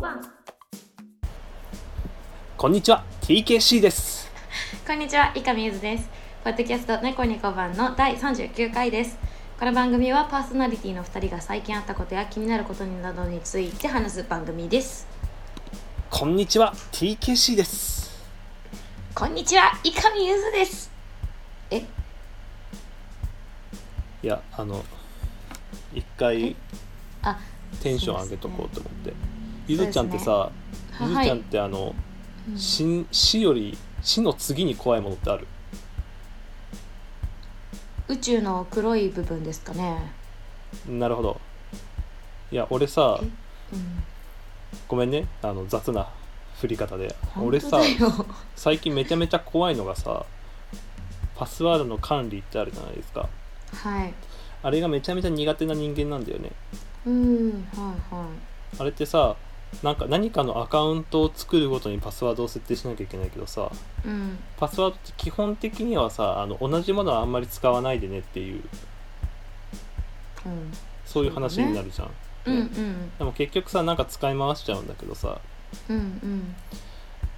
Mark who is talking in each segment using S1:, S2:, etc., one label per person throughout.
S1: 番
S2: こんにちは TKC です
S1: こんにちは伊上ゆずですポッドキャスト猫に5番の第39回ですこの番組はパーソナリティの2人が最近あったことや気になることなどについて話す番組です
S2: こんにちは TKC です
S1: こんにちは伊上ゆずですえ
S2: いやあの一回
S1: あ
S2: テンション上げとこうと思って、ゆずちゃんってさ、
S1: は
S2: ゆず
S1: は
S2: ちゃんっ
S1: い、
S2: てあの、
S1: うん
S2: 死死より死の次に怖いものってある
S1: 宇宙の黒い部分ですかね
S2: なるほどいや俺さ
S1: えうん
S2: ごめんねあの雑な振り方で俺
S1: 本当
S2: さ
S1: だよ
S2: 最近めちゃめちゃ怖いのがさパスワードの管理ってあるじゃないですか
S1: はい
S2: あれがめちゃめちゃ苦手な人間なんだよね
S1: うんはいはい
S2: あれってさなんか何かのアカウントを作るごとにパスワードを設定しなきゃいけないけどさ
S1: うん
S2: パスワードって基本的にはさあの同じものはあんまり使わないでねっていう
S1: うん
S2: そういう話になるじゃん、
S1: うん
S2: ねでも結局さなんか使い回しちゃうんだけどさ
S1: うんうん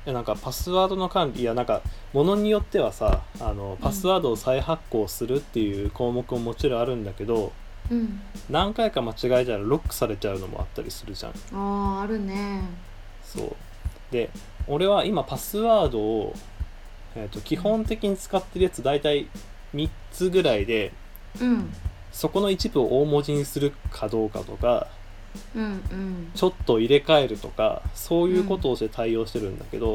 S2: いやなんかパスワードの管理いやなんかものによってはさあのパスワードを再発行するっていう項目ももちろんあるんだけど
S1: うんうん
S2: 何回か間違えたらロックされちゃうのもあったりするじゃん
S1: あああるね
S2: そうで俺は今パスワードを、えー、と基本的に使ってるやつ大体3つぐらいで
S1: うん
S2: そこの一部を大文字にするかどうかとか
S1: うんうん
S2: ちょっと入れ替えるとかそういうことをして対応してるんだけど、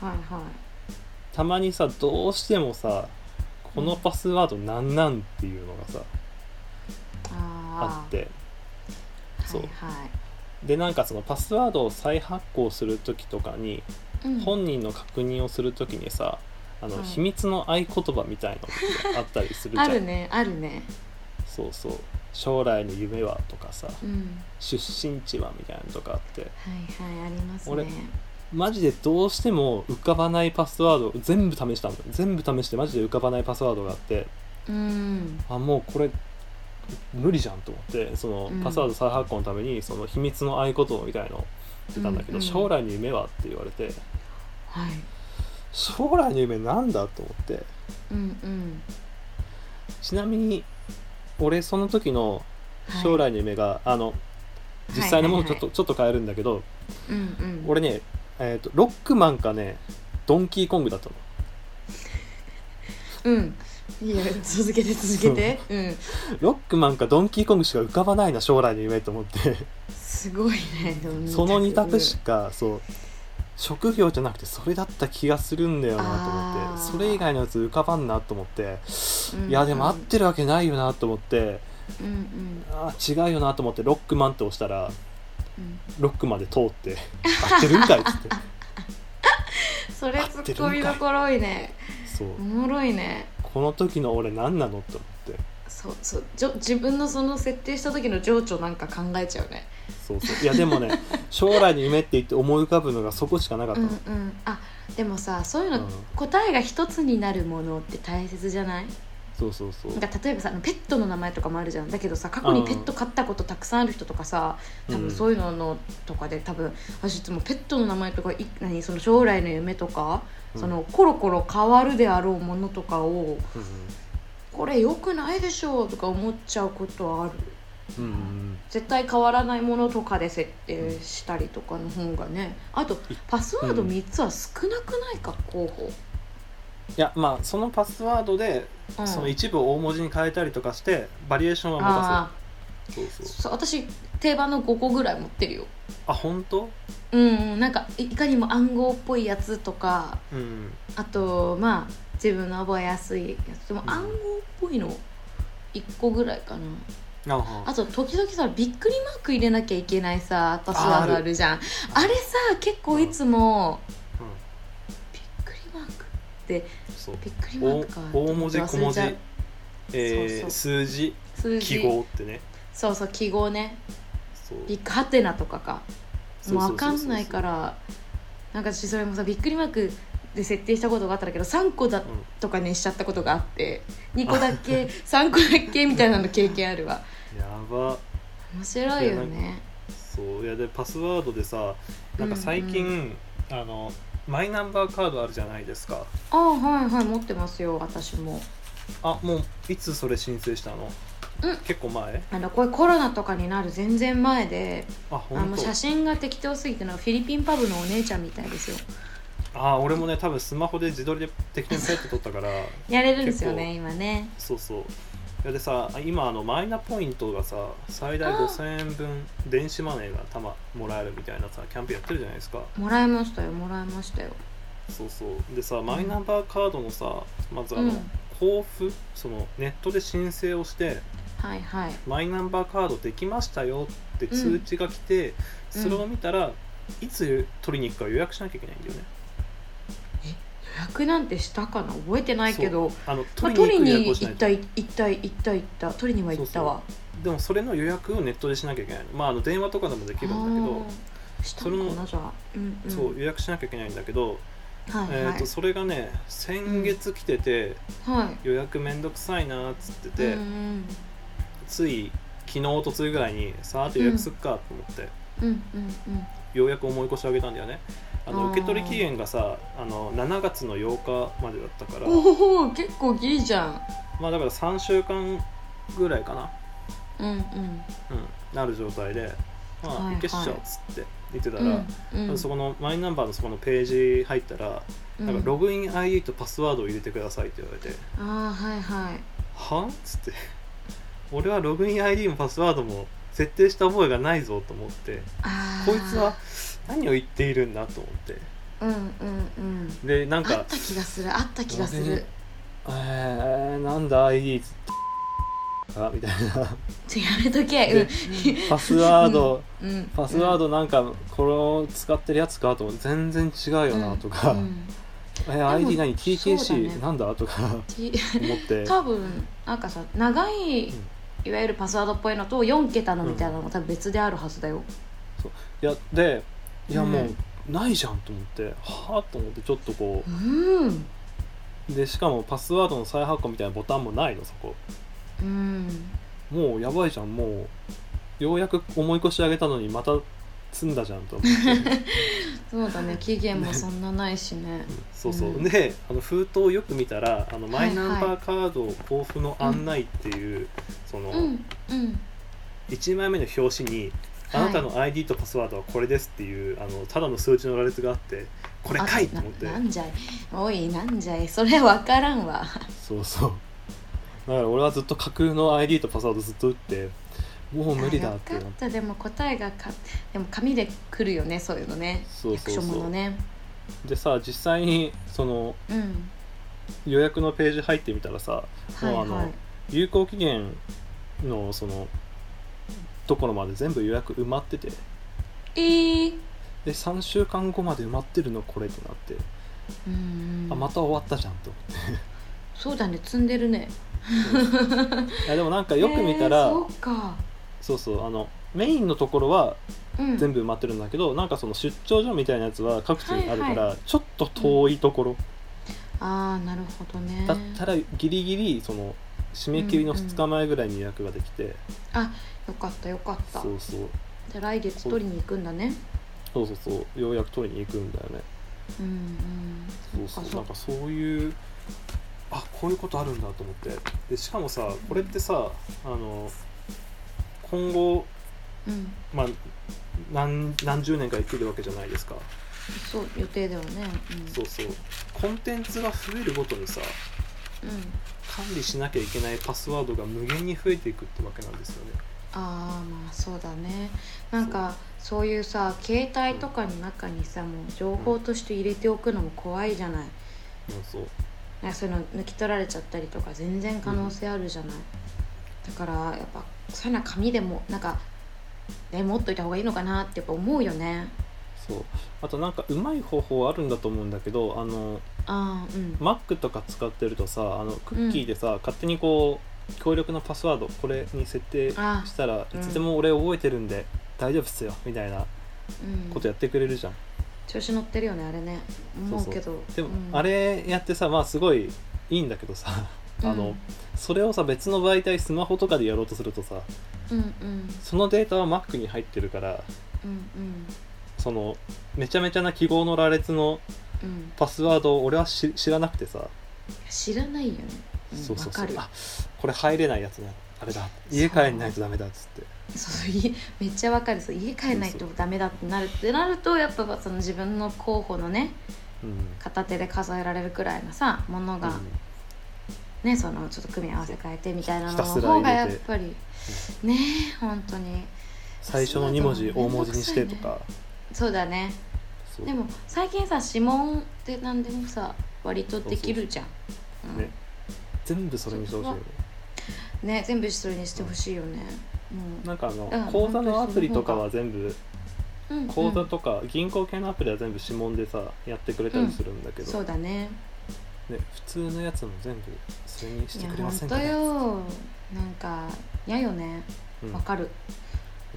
S1: はいは
S2: たまにさどうしてもさこのパスワードなんなんっていうのがさ、
S1: いあ
S2: あっ
S1: ー
S2: てそう
S1: はいはい
S2: でなんかそのパスワードを再発行する時とかに、
S1: うん
S2: 本人の確認をする時にさあの、
S1: はい
S2: 秘密の合言葉みたいのってあったりするじゃ
S1: あ
S2: ん
S1: るねあるね
S2: そうそう将来の夢はとかさ
S1: うん
S2: 出身地はみたいなのとかあって
S1: はいはいあります
S2: 俺
S1: ね
S2: マジでどうしても浮かばないパスワード全部試したの全部試してマジで浮かばないパスワードがあって
S1: うん
S2: あもうこれ無理じゃんと思ってその
S1: うん
S2: パスワード再発行のためにその秘密の合言葉みたいのを出たんだけ
S1: う
S2: ど、
S1: んうん
S2: 将来の夢はって言われて
S1: はい
S2: 将来の夢なんだと思って
S1: うんうん
S2: ちなみに俺その時の
S1: はい
S2: 将来の夢が、あの実際のものちょっと、
S1: は
S2: ちょっと変えるんだけど
S1: うんうん
S2: 俺ね、えーとロックマンかねドンキーコングだったの
S1: うんいや続けて続けてうん
S2: ロックマンかドンキーコングしか浮かばないな将来の夢と思って
S1: すごいねでも
S2: その2択しかそう職業じゃなくてそれだった気がするんだよなと思って
S1: あー
S2: それ以外のやつ浮かばんなと思って
S1: うんうん
S2: いやでも合ってるわけないよなと思って
S1: うんうん
S2: あー違うよなと思ってロックマンって押したら
S1: うん
S2: ロックマンで通って 合ってるんかいっつって
S1: それツッコミどころいね
S2: そう
S1: おもろいね
S2: この時の俺何なのと思って
S1: そうそうじょ自分のその設定した時の情緒なんか考えちゃうね
S2: そうそういやでも ね将来の夢って言って思い浮かぶのがそこしかなかった
S1: うん
S2: の、
S1: うんあでもさそういうの、
S2: うん
S1: 答えが一つになるものって大切じゃない
S2: そうそうそう
S1: なんか例えばさペットの名前とかもあるじゃんだけどさ過去にペット飼ったことたくさんある人とかさ多分そういうののとかで多分私いつもペットの名前とかい何その将来の夢とか、
S2: うん
S1: そのコロコロ変わるであろうものとかを
S2: うんうん
S1: これ良くないでしょうとか思っちゃうことはある
S2: うんうんうん
S1: 絶対変わらないものとかで設定したりとかの方がねあとパスワード
S2: うん
S1: 3つは少なくないか候補、
S2: いやまあそのパスワードで、
S1: うん、
S2: その一部を大文字に変えたりとかしてバリエーションは持た
S1: あ
S2: せるそう
S1: ー
S2: そう
S1: そう私定番の5個ぐらい持ってるよ
S2: あ本当
S1: うんうんなんかいいかにも暗号っぽいやつとか
S2: うん
S1: あとまあ自分の覚えやすいやつでも
S2: うん
S1: 暗号っぽいの1個ぐらいかな
S2: あは
S1: あと時々さびっくりマーク入れなきゃいけないさパスワードあるじゃんあれさ結構いつも
S2: う
S1: びっくりマークって
S2: んそう
S1: びっくりマー
S2: 大
S1: クか
S2: 大文字
S1: 忘れち
S2: 小
S1: ゃう
S2: 文字、
S1: そう
S2: え
S1: そ
S2: ー、
S1: う
S2: 数字
S1: 数字
S2: 記号ってね
S1: そうそう記号ね
S2: そう
S1: ビッグハテナとかか
S2: そう
S1: もう
S2: そうそうそう
S1: 分かんないからなんか私それもさびっくりマークで設定したことがあったんだけど3個だ
S2: うん
S1: とかにしちゃったことがあって2個だけ3個だけみたいなの経験あるわ
S2: やば
S1: 面白いよね
S2: そそういやでパスワードでさなんか最近、
S1: う
S2: あのマイナンバーカードあるじゃないですか
S1: あはいはい持ってますよ私も
S2: あもういつそれ申請したの、
S1: うん
S2: 結構前
S1: あのこれコロナとかになる全然前で
S2: あ
S1: あ
S2: 本
S1: の
S2: 当
S1: 写真が適当すぎてのフィリピンパブのお姉ちゃんみたいですよ
S2: あ俺もね多分スマホで自撮りで適当にペット撮ったから
S1: やれるんですよね今ね
S2: そうそういやでさ今あのマイナポイントがさ最大
S1: あ
S2: 5000円分電子マネーがたまもらえるみたいなさキャンペーンやってるじゃないですか
S1: もらいましたよもらいましたよ
S2: そうそうでさマイナンバーカードのさまずあ
S1: う
S2: の、
S1: ん
S2: 交付そのネットで申請をして
S1: はいはい
S2: マイナンバーカードできましたよって通知が来て、
S1: うん
S2: それを見たらいつ取りに行くか予約しなきゃいけないんだよね、
S1: 予約なんてしたかな覚えてないけど、
S2: あの
S1: まあ、
S2: 取りに
S1: 取り
S2: 行
S1: に
S2: く予約をし
S1: 行
S2: ない
S1: っ
S2: と
S1: た行った行った行った取りには行ったわ
S2: でもそれの予約をネットでしなきゃいけないのまああの電話とかでもできるんだけど
S1: あーしたのかなじゃあ、うんうん、
S2: そう予約しなきゃいけないんだけど、
S1: はいはい、
S2: えー、とそれがね先月来てて、
S1: はい
S2: 予約めんどくさいなっつってて、
S1: うん
S2: つい昨日おとついぐらいにさあと予約すっかと思って、
S1: うんうんうん
S2: ようやく思い越し上げたんだよねあ
S1: あ
S2: の
S1: ー
S2: 受け取り期限がさあの7月の8日までだったから
S1: おお結構ギリじゃん
S2: まあだから3週間ぐらいかな、
S1: うんうん
S2: うん、なる状態で「まあ、
S1: はいはい
S2: いけっしょ」っつって言ってたら、
S1: うんうん、
S2: そこのマイナンバーのそこのページ入ったら、なんかログイン ID とパスワードを入れてくださいって言われて
S1: うん、ああはいはい
S2: 「はん?」っつって 「俺はログイン ID もパスワードも設定した覚えがないぞ」と思って
S1: あー
S2: こいつは何を言っているんだと思って
S1: うんうんうん
S2: でなん
S1: あ
S2: か
S1: った気がするあった気がする
S2: えー、なんだ ID つってあみたいな
S1: ちょやめとけ
S2: でパスワード
S1: うんうん
S2: パスワードなんかこれを使ってるやつかと思って全然違うよなとか、
S1: うんうん
S2: えー ID 何
S1: そうだね
S2: TKC なんだとか
S1: ち
S2: 思って
S1: 多分なんかさ長い
S2: うん
S1: いわゆるパスワードっぽいのと4桁のみたいなの多分別であるはずだよ、
S2: いやでいや
S1: うん
S2: もうないじゃんと思ってはあと思ってちょっとこ
S1: うん
S2: うでしかもパスワードの再発行みたいなボタンもないのそこ
S1: うん
S2: もうやばいじゃんもうようやく思い越し上げたのにまた積んだじゃんと思って。
S1: そうだね期限もそんなないしね
S2: そうそう、
S1: うん
S2: であの封筒をよく見たらあのマイナン
S1: はいは
S2: バーカード交付の案内っていう、その、
S1: うんうん
S2: 1枚目の表紙に「あなたの ID とパスワードはこれです」っていうあのただの数字の羅列があって「これかい!」と
S1: あ
S2: 思って
S1: ななんじゃいおいなんじゃいそれ分からんわ
S2: そうそうだから俺はずっと架空の ID とパスワードずっと打ってもう無理だっ
S1: あ
S2: てな
S1: よかったでも答えがかでも紙で来るよねそういうのね
S2: そうそうそう
S1: 役所ものね
S2: でさ実際にその
S1: うん
S2: 予約のページ入ってみたらさ
S1: は
S2: も
S1: いうは
S2: あ
S1: い
S2: の有効期限のそのところまで全部予約埋まってて
S1: えー、
S2: で3週間後まで埋まってるのこれってなって、
S1: うん
S2: あまた終わったじゃんと思
S1: そうだね積んでるね
S2: っていやでもなんかよく見たら、
S1: えーそうか
S2: そうそうあのメインのところは
S1: うん
S2: 全部埋まってるんだけど、なんかその出張所みたいなやつは各地にあるから、
S1: はい
S2: ちょっと遠いところ
S1: ああなるほどね
S2: だったらギリギリその締め切りの2日前ぐらいに予約ができて、
S1: よかったよかった
S2: そうそう
S1: で来月取りに行くんだね
S2: そうそうそうようやく取りに行くんだよね
S1: うんうん
S2: そう
S1: っ
S2: そう
S1: か
S2: なんかそういうあこういうことあるんだと思ってでしかもさこれってさあの今後
S1: そうん
S2: まあ、何何十年か生きるわけじゃないですか
S1: そう予定ではねうん
S2: そうそうコンテンツが増えるごとにさ
S1: うん
S2: 管理しなきゃいけないパスワードが無限に増えていくってわけなんですよね
S1: あーまあそうだねなんかそういうさ携帯とかの中にさもう情報として入れておくのも怖いじゃない
S2: うんそう
S1: なんかそういうの抜き取られちゃったりとか全然可能性あるじゃない、だからやっぱそういうのは紙でもなんか、ね、持っといた方がいいのかなってやっぱ思うよね
S2: そうあとなんかうまい方法あるんだと思うんだけどあの
S1: ああうん
S2: Mac とか使ってるとさあのクッキーでさ、勝手にこう強力なパスワードこれに設定
S1: あ
S2: したら
S1: う
S2: い
S1: ん
S2: つでも俺覚えてるんで大丈夫っすよみたいな
S1: うん
S2: ことやってくれるじゃん、
S1: 調子乗ってるよねあれね思うけど
S2: でも、
S1: うん
S2: あれやってさまあすごいいいんだけどさあの、それをさ別の媒体スマホとかでやろうとするとさ
S1: うんうん
S2: そのデータは Mac に入ってるから
S1: うんうん
S2: そのめちゃめちゃな記号の羅列の
S1: うん
S2: パスワードを俺はし知らなくてさ、
S1: 知らないよね、うん、
S2: そうそうそう
S1: わかる
S2: あこれ入れないやつねあれだ家帰んないとダメだっつって
S1: そういめっちゃわかるそう家帰んないとダメだってなるってなるとやっぱその自分の候補のね
S2: うん
S1: 片手で数えられるくらいのさものが、
S2: うん
S1: ねそのちょっと組み合わせ変えてみたいなのの
S2: ひたすら
S1: 方
S2: 入れ
S1: が
S2: て
S1: やっぱりね本当に
S2: 最初の2文字大文字にしてとか、
S1: そうだね
S2: そう
S1: でも最近さ指紋って何でもさ割とできるじゃんうん
S2: ね全部それにしてほしいよね
S1: ね全部それにしてほしいよね、
S2: なんかあの
S1: うん
S2: 口座のアプリとかは全部
S1: うんうんうん
S2: 口座とか銀行系のアプリは全部指紋でさやってくれたりするんだけど、
S1: そうだね
S2: ね、普通のやつも全部それにし
S1: い
S2: て
S1: や
S2: くれませ
S1: 本当
S2: んかね
S1: よなんか嫌よね
S2: うん
S1: わかる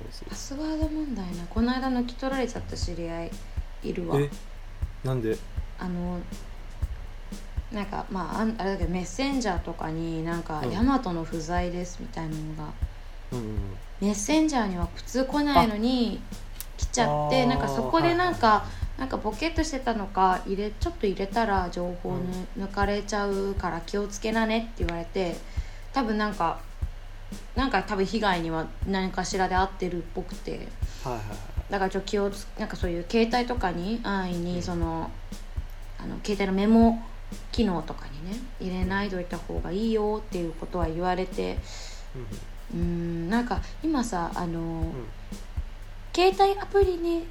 S2: そう
S1: パスワード問題なこの間抜き取られちゃった知り合いいる
S2: そ
S1: わ
S2: うえなんで
S1: あのなんかまああんあれだけどメッセンジャーとかになんか
S2: う
S1: 「
S2: ん
S1: ヤマトの不在です」みたいなのが、
S2: うんうんうん
S1: メッセンジャーには普通来ないのに来ちゃって
S2: あー
S1: なんかそこでなんか、
S2: は
S1: なんかボケっとしてたのか入れちょっと入れたら情報ぬ、抜かれちゃうから気をつけなねって言われて多分なんかなんか多分被害には何かしらで合ってるっぽくて。
S2: はいはいはい
S1: だからちょっと気をつなんかそういう携帯とかに安易
S2: う
S1: に
S2: ん
S1: そのあの携帯のメモ機能とかにね入れないといた方がいいよっていうことは言われて
S2: う
S1: うー
S2: ん
S1: んなんか今さあの、
S2: うん
S1: 携帯アプリに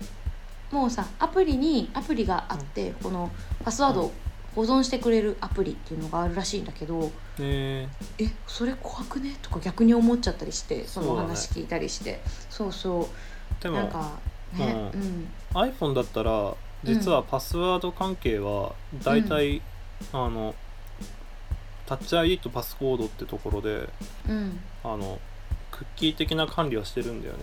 S1: もうさアプリにアプリがあって、このパスワードを保存してくれるアプリっていうのがあるらしいんだけど、
S2: え
S1: えそれ怖くねとか逆に思っちゃったりしてその
S2: そうだね
S1: 話聞いたりしてそうそう,、
S2: ー、で
S1: なん
S2: も
S1: かね、
S2: うん
S1: うん、
S2: iPhone だったら実はパスワード関係は大体、あのタッチ ID とパスコードってところで
S1: うん
S2: あのクッキー的な管理はしてるんだよね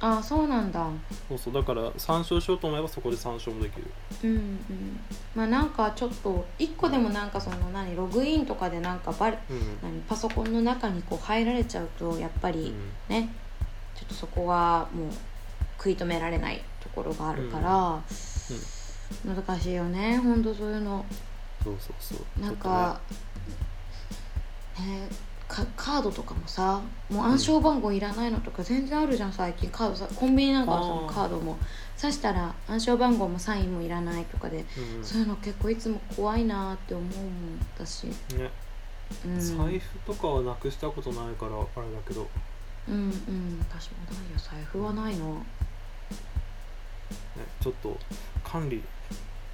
S1: ああそうなんだ
S2: そうそうだから参照しようと思えばそこで参照もできる
S1: うんうんまあなんかちょっと一個でもなんかその何ログインとかでなんかバレ
S2: うん、
S1: 何パソコンの中にこう入られちゃうとやっぱ
S2: う
S1: り
S2: ん
S1: ね、ちょっとそこはもう食い止められないところがあるから、難しいよねほんとそういうの
S2: そうそうそう
S1: なんか、ねかカードとかもさもう暗証番号いらないのとか全然あるじゃん最近カードさコンビニなんかの
S2: あー
S1: さカードも刺したら暗証番号もサインもいらないとかで
S2: ちょっとねうん
S1: そういうの結構いつも怖いなって思うもん私、
S2: ね
S1: うん、
S2: 財布とかはなくしたことないからあれだけど、
S1: うんうん私もないよ財布はないな
S2: ね、ちょっと管理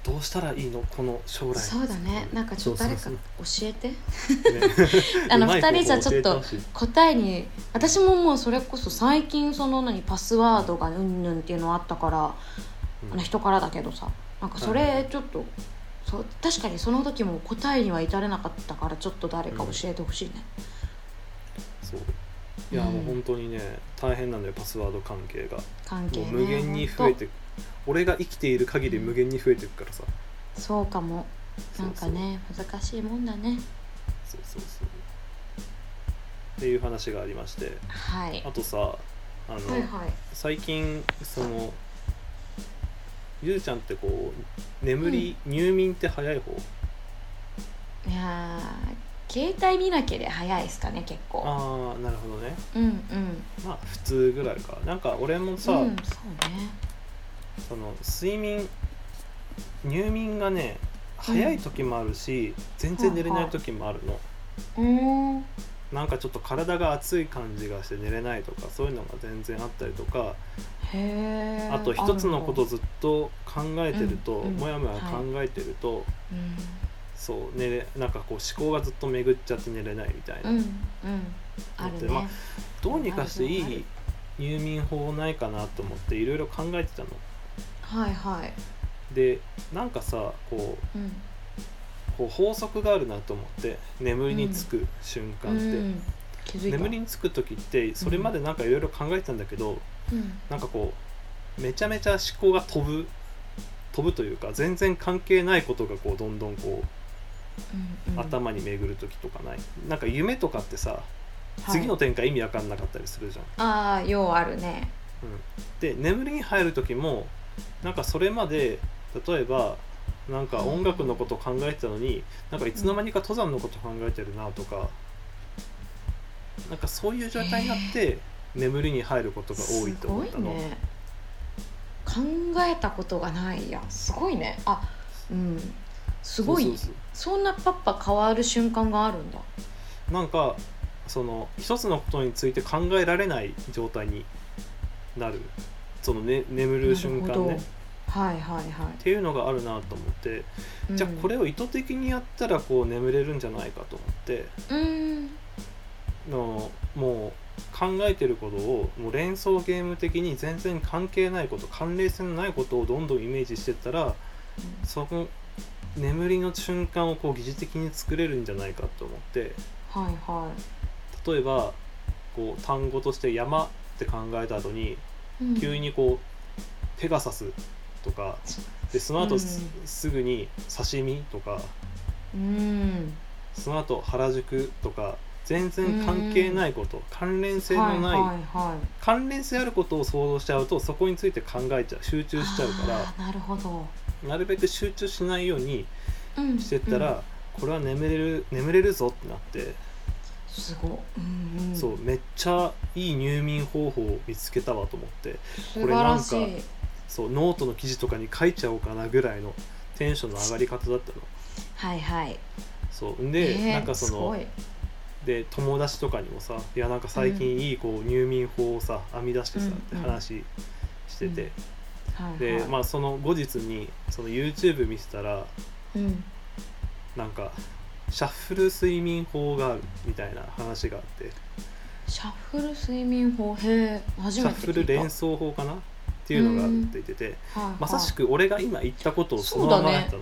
S2: どうしたらいいのこの将来
S1: そうだねなんかちょっと誰か
S2: そう
S1: 教えて
S2: そうそうね
S1: あの
S2: うまい方
S1: 二人じゃちょっと
S2: 教えてほしい
S1: 答えに私ももうそれこそ最近その何パスワードがうんぬんっていうのあったから
S2: うん
S1: あの人からだけどさなんかそれちょっと、そう確かにその時も答えには至れなかったからちょっと誰か教えてほしいね、
S2: そういや、
S1: うん
S2: もう本当にね大変なんだよパスワード関係が、
S1: 関係
S2: も
S1: ね
S2: う無限に増えてく俺が生きている限り無限に増えていくから
S1: ほ
S2: さ、
S1: んとそうかも
S2: そ
S1: な
S2: うん
S1: かね難しいもんだね
S2: そうそうそうっていう話がありまして
S1: はい
S2: あとさあの、
S1: はいはい
S2: 最近そのゆうちゃんってこう眠り、入眠って早い方
S1: いやー携帯見なきゃで早いですかね結構
S2: ああなるほどね
S1: うんうん
S2: まあ普通ぐらいかなんか俺もさ、
S1: うん、そうね
S2: その睡眠入眠がね早い時もあるし、全然寝れない時もあるの、
S1: うーん
S2: なんかちょっと体が熱い感じがして寝れないとかそういうのが全然あったりとか
S1: へえ
S2: あと一つのことをずっと考えてると、
S1: うんうん
S2: もやもや考えてると、
S1: うん
S2: そう寝れなんかこう思考がずっと巡っちゃって寝れないみたいな、
S1: うんうんあるね、
S2: まあどうにかしてい
S1: なるほ
S2: い入眠法ないかなと思っていろいろ考えてたの
S1: はいはい
S2: でなんかさこう
S1: うん
S2: こう法則があるなと思って眠りにつく瞬間って、
S1: うん、気づいた
S2: 眠りにつく時ってそれまでなんかいろいろ考えてたんだけど、
S1: うん
S2: なんかこうめちゃめちゃ思考が飛ぶ飛ぶというか全然関係ないことがこうどんどんこ
S1: うんうん
S2: う頭に巡る時とかない、なんか夢とかってさ
S1: はい
S2: 次の展開意味わかんなかったりするじゃん、
S1: ああようあるね
S2: で眠りに入る時もなんかそれまで例えばなんか音楽のことを考えてたのになんかいつの間にか登山のこと考えてるなとかなんかそういう状態になって眠りに入ることが多いと思った
S1: すご
S2: の、
S1: いね考えたことがないやんすごいねあうんすごい
S2: そ
S1: そう
S2: そうそ
S1: んなパッパ変わる瞬間があるんだ
S2: うなんかその一つのことについて考えられない状態になるその、ね、眠る瞬
S1: な
S2: 間
S1: るほ
S2: ね
S1: どはいはいは
S2: っていうのがあるなと思って
S1: い
S2: じゃあこれ
S1: を
S2: を意図的にやったらこう眠れるんじゃないかと思って
S1: うん
S2: のもう考えてることをもう連想ゲーム的に全然関係ないこと関連性のないことをどんどんイメージしてったらその眠りの瞬間をこう疑似的に作れるんじゃないかと思って
S1: はいは
S2: 例えばこう単語として「山」って考えた後に
S1: い、うん
S2: 急にこう「ペガサス」とかでその後す,、
S1: うん
S2: すぐに「刺身」とか
S1: うん
S2: その後原宿とか全然関係ないこと、関連性のな
S1: はい
S2: い、
S1: はいはい
S2: 関連性あることを想像しちゃうとそこについて考えちゃう集中しちゃうか
S1: あーなるほど、
S2: らなるべく集中しないように
S1: うん、
S2: してったら、
S1: うん
S2: これは眠れる眠れるぞってなって、
S1: すごい、うんうん、
S2: そうめっちゃいい入眠方法を見つけたわと思って
S1: 素
S2: れ
S1: 晴らし
S2: なん
S1: い
S2: そうノートの記事とかに書いちゃおうかなぐらいのテンションの上がり方だったの。
S1: はいはい
S2: そうんで、
S1: えー
S2: なんかその
S1: すごい
S2: で友達とかにもさ「いやなんか最近いいこう入眠法をさ編み出してさ」
S1: うん
S2: って話してて、
S1: はいはい、
S2: で、まあ、その後日にその YouTube 見てたら
S1: うん、
S2: なんかシャッフル睡眠法があるみたいな話があって
S1: シャッフル睡眠法へえ初
S2: シ
S1: め
S2: ャ
S1: て聞
S2: ッ
S1: いた
S2: フル連想法かなっていうのがあるって言ってて、
S1: はいはい
S2: まさしく俺が今言ったことをその
S1: そうだ
S2: ま
S1: ね
S2: まやったの。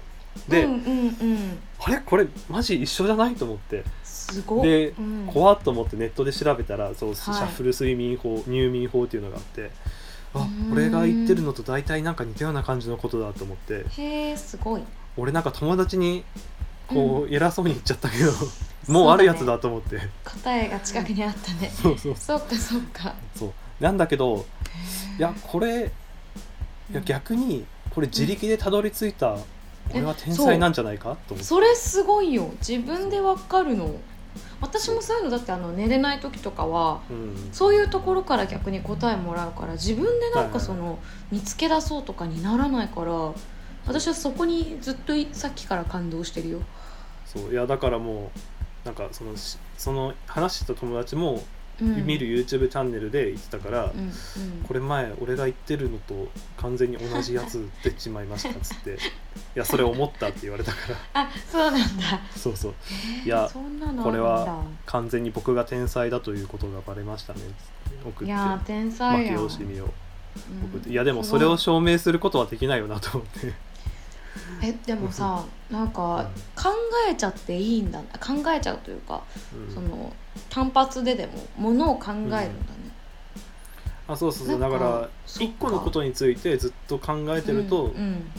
S2: で、
S1: うんうんうん
S2: あれこれマジ一緒じゃないと思って
S1: すごい
S2: で
S1: うん、
S2: 怖っと思ってネットで調べたらそう、シャ
S1: はい
S2: ッフル睡眠法入眠法っていうのがあって
S1: う
S2: あ
S1: ーん
S2: 俺が言ってるのと大体なんか似たような感じのことだと思って
S1: へえすごい
S2: 俺なんか友達にこう偉そうに言っちゃったけど、
S1: うん
S2: もうあるやつだと思って
S1: 答えが近くにあったね
S2: そうそう
S1: そっかそっか
S2: そうなんだけどいやこれいや
S1: うん
S2: 逆にこれ自力でたどり着いた俺は天
S1: そう
S2: 才なんじゃないかと思って
S1: それすごいよ自分でわかるの私もそういうのだってあの寝れない時とかは
S2: うん
S1: そういうところから逆に答えもらうから自分でなんかその見つけ出そうとかにならないから私はそこにずっといさっきから感動してるよ。
S2: そういやだからもうなんかそのしその話してた友達も
S1: うん、
S2: 見る YouTube チャンネルで言ってたから、
S1: うんうん
S2: これ前俺が言ってるのと完全に同じやつ出てしまいましたっつって いやそれ思ったって言われたから
S1: あそうなんだ。
S2: そうそういや
S1: そんなのあるんだ
S2: これは完全に僕が天才だということがバレましたね送って
S1: いやー天
S2: 負
S1: 才
S2: け
S1: やん
S2: 惜しみを
S1: うん
S2: 送っていやでもそれを証明することはできないよなと思って
S1: えでもさなんか考えちゃっていいんだな考えちゃうというか、
S2: うん
S1: その単発ででもものを考えるんだね。
S2: あそうそうそう
S1: な
S2: だ
S1: ん
S2: か
S1: からそっか
S2: 一個のことについてずっと考えてると
S1: うんうん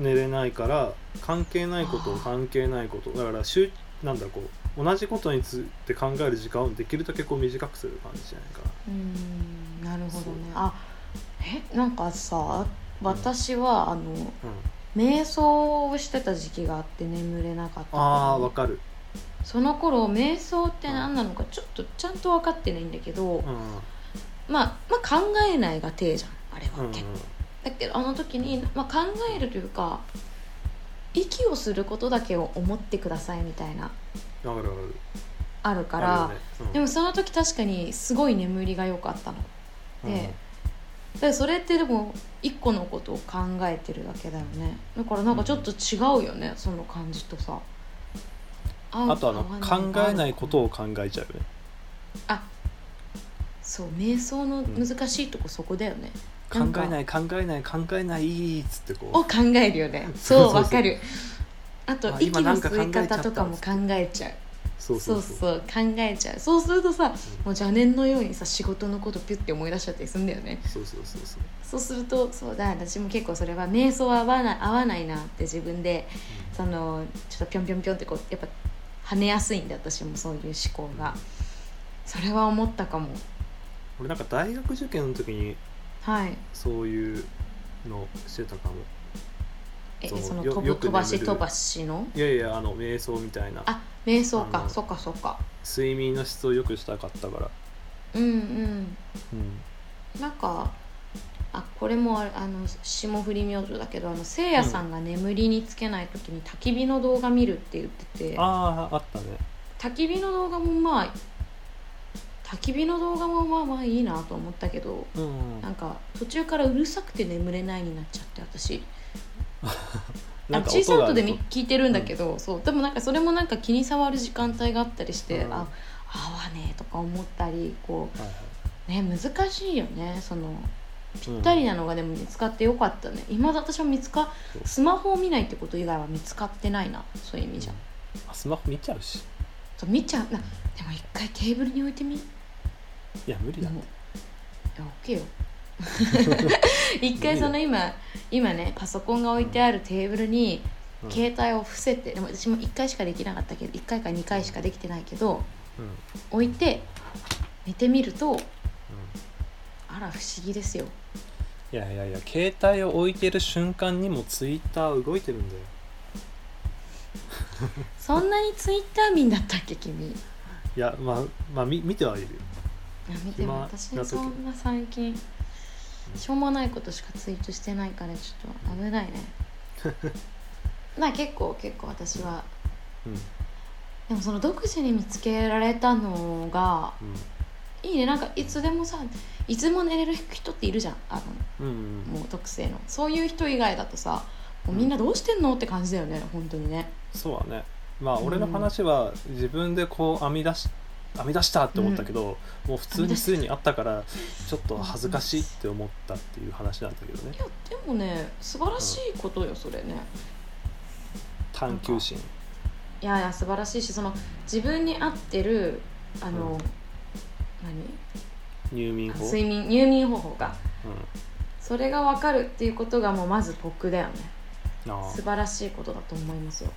S2: 寝れないから関係ないことを関係ないことだから集なんだこう同じことについて考える時間をできるだけこう短くする感じじゃないかな
S1: うーんなるほどね
S2: そう
S1: あえなんかさ私はあの
S2: うん
S1: 瞑想をしてた時期があって眠れなかった
S2: あーわ
S1: か
S2: かる、
S1: その頃瞑想って何なのかちょっとちゃんと分かってないんだけど、
S2: うん
S1: まあ、まあ考えないが体じゃんあれ
S2: うん
S1: は
S2: うん、
S1: 結構、だけどあの時に、まあ、考えるというか息をすることだけを思ってくださいみたいな
S2: わかるわかる
S1: あるか
S2: あ
S1: ら、
S2: るよね
S1: でもその時確かにすごい眠りが良かったの
S2: うん
S1: でだからそれってでも一個のことを考えてるだけだよねだからなんかちょっと違うよね、その感じとさ
S2: う
S1: あ
S2: んあとあの考えないことを考えちゃうよね
S1: そう瞑想の難しいとこそこだよね、な
S2: 考
S1: んか
S2: えない考えない考えないっつってこう
S1: を考えるよね
S2: そうそう
S1: そ
S2: そう
S1: うわかるあと
S2: あ
S1: 息
S2: 今
S1: の
S2: なんか考え
S1: 吸い
S2: ちゃった
S1: 方とかも考えちゃう
S2: そう
S1: そ
S2: そうう
S1: そ
S2: そうう
S1: 考えちゃうそうするとさ
S2: う
S1: もう邪念のようにさ仕事のことピュッて思い出しちゃったりするんだよね
S2: そうそうそうそう
S1: そうするとそうだ私も結構それは瞑想は合わない合わないなって自分でそのちょっとぴょんぴょんぴょんってこうやっぱ跳ねやすいんで私もそういう思考がそれは思ったかも
S2: 俺なんか大学受験の時に
S1: はい
S2: そういうのしてたかも
S1: え
S2: そう
S1: その
S2: よ
S1: 飛ぶ
S2: よく
S1: 飛ばし
S2: 眠る
S1: 飛ばしの
S2: いやいやあの瞑想みたいな
S1: あ瞑想
S2: あ
S1: か
S2: の
S1: そっかそっか
S2: 睡眠の質を良くしたかったから
S1: うんうん
S2: うん
S1: なんかあこれもああの霜降り明星だけどあのせいやさんが眠りにつけない時に焚き火の動画見るって言ってて、
S2: あああったね
S1: 焚き火の動画もまあ焚き火の動画もまあまあいいなと思ったけど
S2: うん
S1: なんか途中からうるさくて眠れないになっちゃって私あ
S2: か
S1: 小さい
S2: が
S1: 音でみ聞いてるんだけど、そうでもなんかそれもなんか気に障る時間帯があったりして、
S2: うん
S1: ああわねえとか思ったりこ
S2: はいはいう
S1: ね難しいよねその
S2: ぴ
S1: ぴったりなのがでも見つかってよかったねいまだ私は見つかスマホを見ないってこと以外は見つかってないなそういう意味じゃ、
S2: あスマホ見ちゃうし
S1: そう見ちゃうなでも一回テーブルに置いてみ
S2: いや無理だって
S1: もういや置けよ 一回その今今ねパソコンが置いてあるテーブルに
S2: うん
S1: 携帯を伏せてでも私も1回しかできなかったけど1回か2回しかできてないけど
S2: うんうん
S1: 置いて寝てみるとあら不思議ですよ
S2: いやいやいや携帯を置いてる瞬間にもツイッター動いてるんだよ
S1: そんなにツイッター民だったっけ君い
S2: いやまあまあみ見てはいるよ
S1: や見ても
S2: 暇
S1: 私
S2: な時
S1: そんな最近しょうもないことしかツイートしてないからちょっと危 ないねまあ結構結構私は
S2: うん
S1: でもその独自に見つけられたのがいいねなんかいつでもさいつも寝れる人っているじゃんあ
S2: うんうん
S1: の
S2: うん
S1: もう特性のそういう人以外だとさもうみんなどうしてんのって感じだよね本当にね
S2: そうだねまあ
S1: うん
S2: 俺の話は自分でこう編み出し編み出したって思ったけど、もう普通にすでにあったからちょっと恥ずかしいって思ったっていう話なんだけどね
S1: いやでもね素晴らしいことよそれね
S2: 探求心
S1: いやいや素晴らしいしその自分に合ってるあの、
S2: うん入眠
S1: 何
S2: 法、うん
S1: 睡眠入眠方法かそれが分かるっていうことがもうまず得だよね
S2: ああ
S1: 素晴らしいことだと思いますよ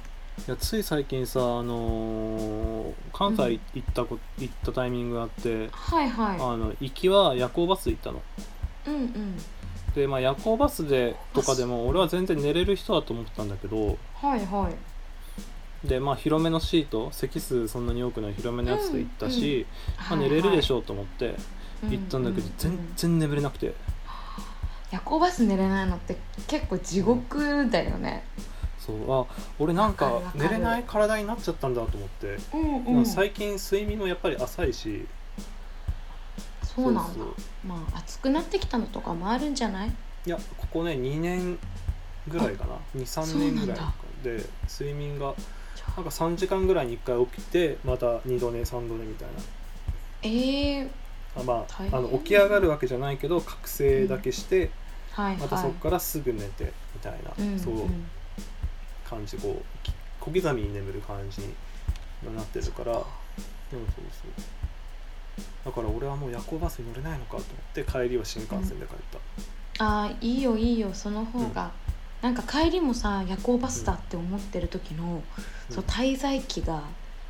S2: いやつい最近さ、あのー関西行ったこ、行ったタイミングがあって
S1: はいは
S2: あの行きは夜行バスで行ったの
S1: いうんうん
S2: で、まあ、夜行バスでとかでも俺は全然寝れる人だと思ってたんだけど
S1: はいはい
S2: で、まあ、広めのシート席数そんなに多くない広めのやつで行ったし、
S1: は
S2: まあ、
S1: い
S2: 寝れるでし
S1: ょ
S2: ょうと思って
S1: う
S2: 行ったんだけど、
S1: うう
S2: 全然眠れなくて
S1: 夜行バス寝れないのって結構地獄だよね
S2: そうあ俺なん
S1: わ
S2: か
S1: かるわ
S2: 寝
S1: かる
S2: れない体になっちゃったんだと思って、
S1: うん
S2: まあ最近睡眠もやっぱり浅いし
S1: そうなんだ
S2: そうそう
S1: まあ暑くなってきたのとかもあるんじゃない
S2: いやここね2年ぐらいかな23年ぐらいで睡眠がなんか3時間ぐらいに1回起きてまた2度寝3度寝みたい
S1: えー、
S2: なあま
S1: 大
S2: あ
S1: 変
S2: あの起き上がるわけじゃないけど覚醒だけして、
S1: はいはい
S2: またそこからすぐ寝てみたいな、
S1: うん
S2: そう
S1: うん
S2: 感じこうき小刻みに眠る感じになってるからうんそうそうだから俺はもう夜行バスに乗れないのかと思って帰りは新幹線で帰った、
S1: あーいいよいいよその方が、なんか帰りもさ夜行バスだって思ってる時の、
S2: うん
S1: そう滞在期が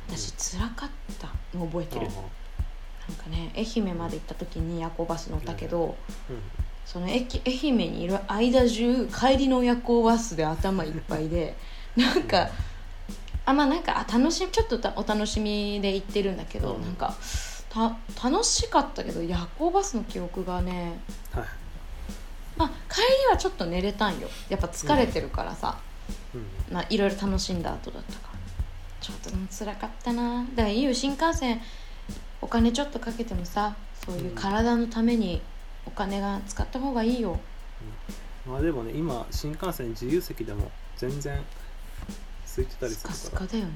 S1: 私辛かったの覚えてる、
S2: あ
S1: なんかね愛媛まで行った時に夜行バス乗ったけど、
S2: あうん
S1: その駅愛媛にいる間中帰りの夜行バスで頭いっぱいでなんかあまあなんかあ楽しみちょっとたお楽しみで行ってるんだけど、
S2: うん
S1: なんかた楽しかったけど夜行バスの記憶がね
S2: はい
S1: まあ帰りはちょっと寝れたんよやっぱ疲れてるからさ、
S2: うん
S1: まあいろいろ楽しんだ後だったからちょっとうん辛かったなだからいいよ新幹線お金ちょっとかけてもさそういう体のためにお金が使った方がいいよ、
S2: まあでもね今新幹線自由席でも全然空いてたり
S1: ス
S2: す
S1: カ
S2: る
S1: ス
S2: から
S1: カだよね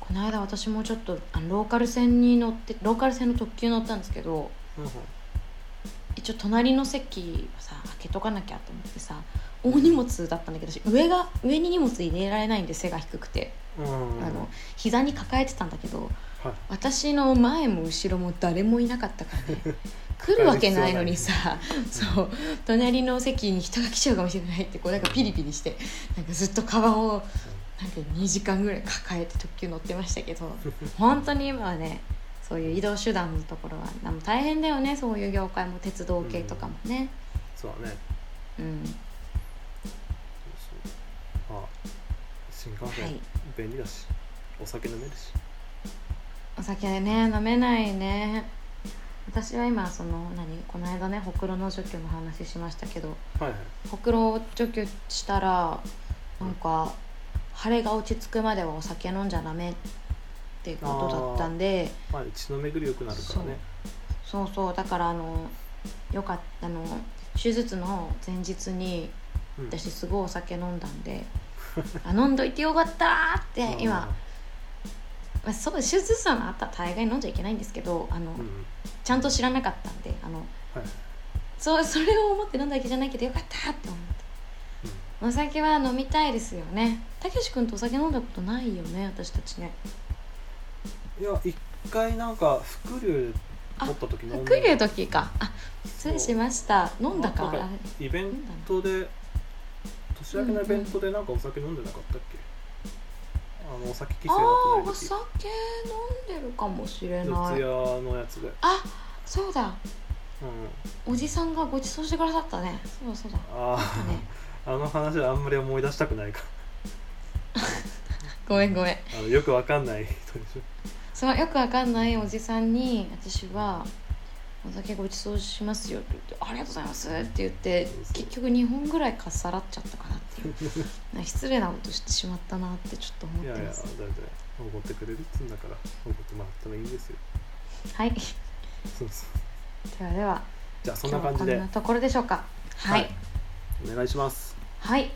S1: この間私もちょっとあのローカル線に乗ってローカル線の特急乗ったんですけど
S2: うんうんうん
S1: 一応隣の席はさ開けとかなきゃと思ってさ大荷物だったんだけど私上が上に荷物入れられないんで背が低くて、
S2: うんうん
S1: あの膝に抱えてたんだけど
S2: はい
S1: 私の前も後ろも誰もいなかったから ね来るわけないのにさそう隣の席に人が来ちゃうかもしれないってこうなんかピリピリしてなんかずっとカバンをなんか2時間ぐらい抱えて特急乗ってましたけど本当に今はねそういう移動手段のところはでも大変だよねそういう業界も鉄道系とかもね
S2: そうだね
S1: うん、
S2: そうそうまあ新幹
S1: は
S2: 線
S1: い
S2: 便利だし、お酒飲めるし
S1: お酒ね飲めないね私は今その何この間ねほくろの除去の話しましたけど
S2: はいはい
S1: ほくろを除去したらなんか腫れが落ち着くまではお酒飲んじゃダメってことだったんで
S2: まあ血の巡り良くなるからね
S1: そうそうだからあのよかったあの手術の前日に
S2: うん
S1: 私すごいお酒飲んだんで あ飲んどいてよかったーって今、まあ、そう手術のあったら大概飲んじゃいけないんですけどあの、
S2: うんうん
S1: ちゃんと知らなかったんであの
S2: はい
S1: そうそれを思って飲んだわけじゃないけどよかったって思って
S2: うん
S1: お酒は飲みたいですよねたけし君とお酒飲んだことないよね私たちね
S2: いや一回なんか伏流取った時飲ん
S1: 福流時かあ失礼しました飲んだか
S2: なんか
S1: あれ
S2: イベントで年明けのイベントでなんかお酒飲んでなかったっけ、あのお酒規制
S1: あ
S2: な
S1: あ
S2: く
S1: ー
S2: な
S1: お
S2: い時
S1: 酒飲んでるかもしれ
S2: 四
S1: ない
S2: 谷のやつで、うん、
S1: あそうだおじさんがご馳走してくださったねそうだそうだ
S2: あ
S1: ね
S2: ああの話はあんまり思い出したくないか
S1: ごめんごめん
S2: あのよくわかんない 人でしょ
S1: そのよくわかんないおじさんに私は「お酒ごちそうしますよ」って言って「ありがとうございます」って言って結局2本ぐらいかっさらっちゃったかなっていうなんか失礼なことしてしまったなってちょっと思っ
S2: い
S1: て
S2: やいや
S1: ま
S2: だ
S1: す
S2: いたい怒ってくれるっつうんだから怒ってもらったらいいんですよ
S1: はいで
S2: そうそう
S1: はでは
S2: じゃあそん
S1: 今
S2: な
S1: 日は
S2: 感
S1: こん
S2: じで
S1: なところでしょうかはい、
S2: はいお願いします
S1: はい。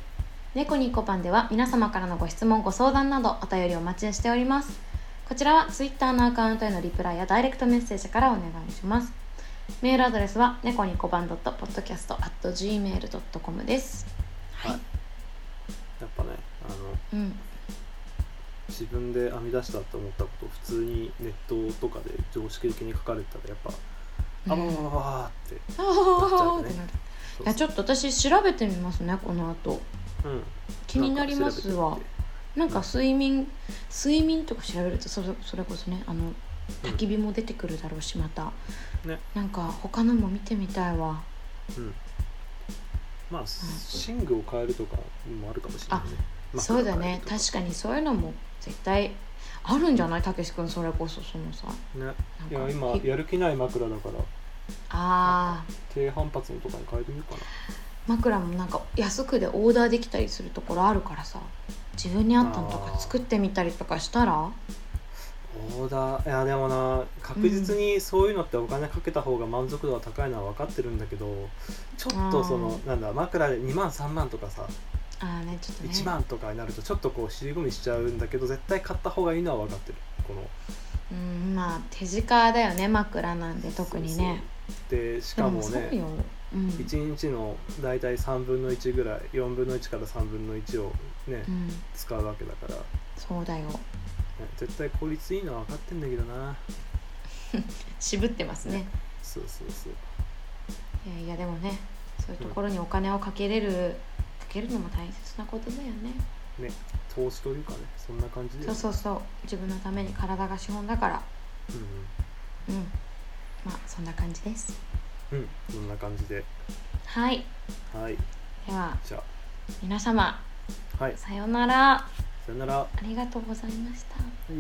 S1: 猫ニコパンでは皆様からのご質問、ご相談などお便りをお待ちしております。こちらは Twitter のアカウントへのリプライやダイレクトメッセージからお願いします。メールアドレスは猫ニコパン .podcast.gmail.com です。はい。
S2: やっぱねあの
S1: うん。
S2: 自分で編み出したと思ったことを普通にネットとかで常識的に書かれてたらやっぱあわわわわわーって
S1: あーってなる
S2: そう
S1: いやちょっと私調べてみますねこの後
S2: うん
S1: 気になりますわなんか睡眠睡眠とか調べるとそれそれこそねあの焚き火も出てくるだろうしまた、
S2: ね
S1: なんか他のも見てみたいわ
S2: うんまあ寝具を変えるとかもあるかもしれないね
S1: そうだね確
S2: か
S1: かにそういうのも絶対あるんじゃないたけし君それこそそのさ
S2: にねい
S1: なん
S2: や
S1: か
S2: 今
S1: ひ
S2: やる気ない枕だから
S1: ああ
S2: 低反発のとかに変えてみようかな
S1: 枕もなんか安くでオーダーできたりするところあるからさ自分に合ったのと
S2: あ
S1: か
S2: ー
S1: 作ってみたりとかしたら
S2: オーダーいやでもな確実にそういうのってお金かけた方が満足度が高いのは分かってるんだけどちょっとその
S1: う
S2: なんだ枕で2万3万とかさ
S1: ああねちょっとね
S2: 1万とかになるとちょっとこう尻込みしちゃうんだけど絶対買った方がいいのは分かってるこの
S1: うんまあ手近だよね枕なんで特にね
S2: そうそうでしかも
S1: でもそう
S2: ね
S1: よ、うん
S2: 1日の大体3分の1ぐらい4分の1から3分の1をね、
S1: うん、
S2: 使うわけだから、ね、
S1: そうだよ
S2: 絶対効率いいのは分かってんだけどな
S1: 渋ってますね
S2: そうそうそう
S1: いやいやでもねそういうところにお金をかけれるかけるのも大切なことだよね
S2: 投資というかねそんな感じで
S1: そうそうそう自分のために体が資本だからうんまあそんな感じです
S2: うん、うん、そんな感じで
S1: はい
S2: はい
S1: では
S2: じゃ
S1: 皆様
S2: あはい
S1: さようならあ
S2: さよなら、は
S1: りがとうございました
S2: い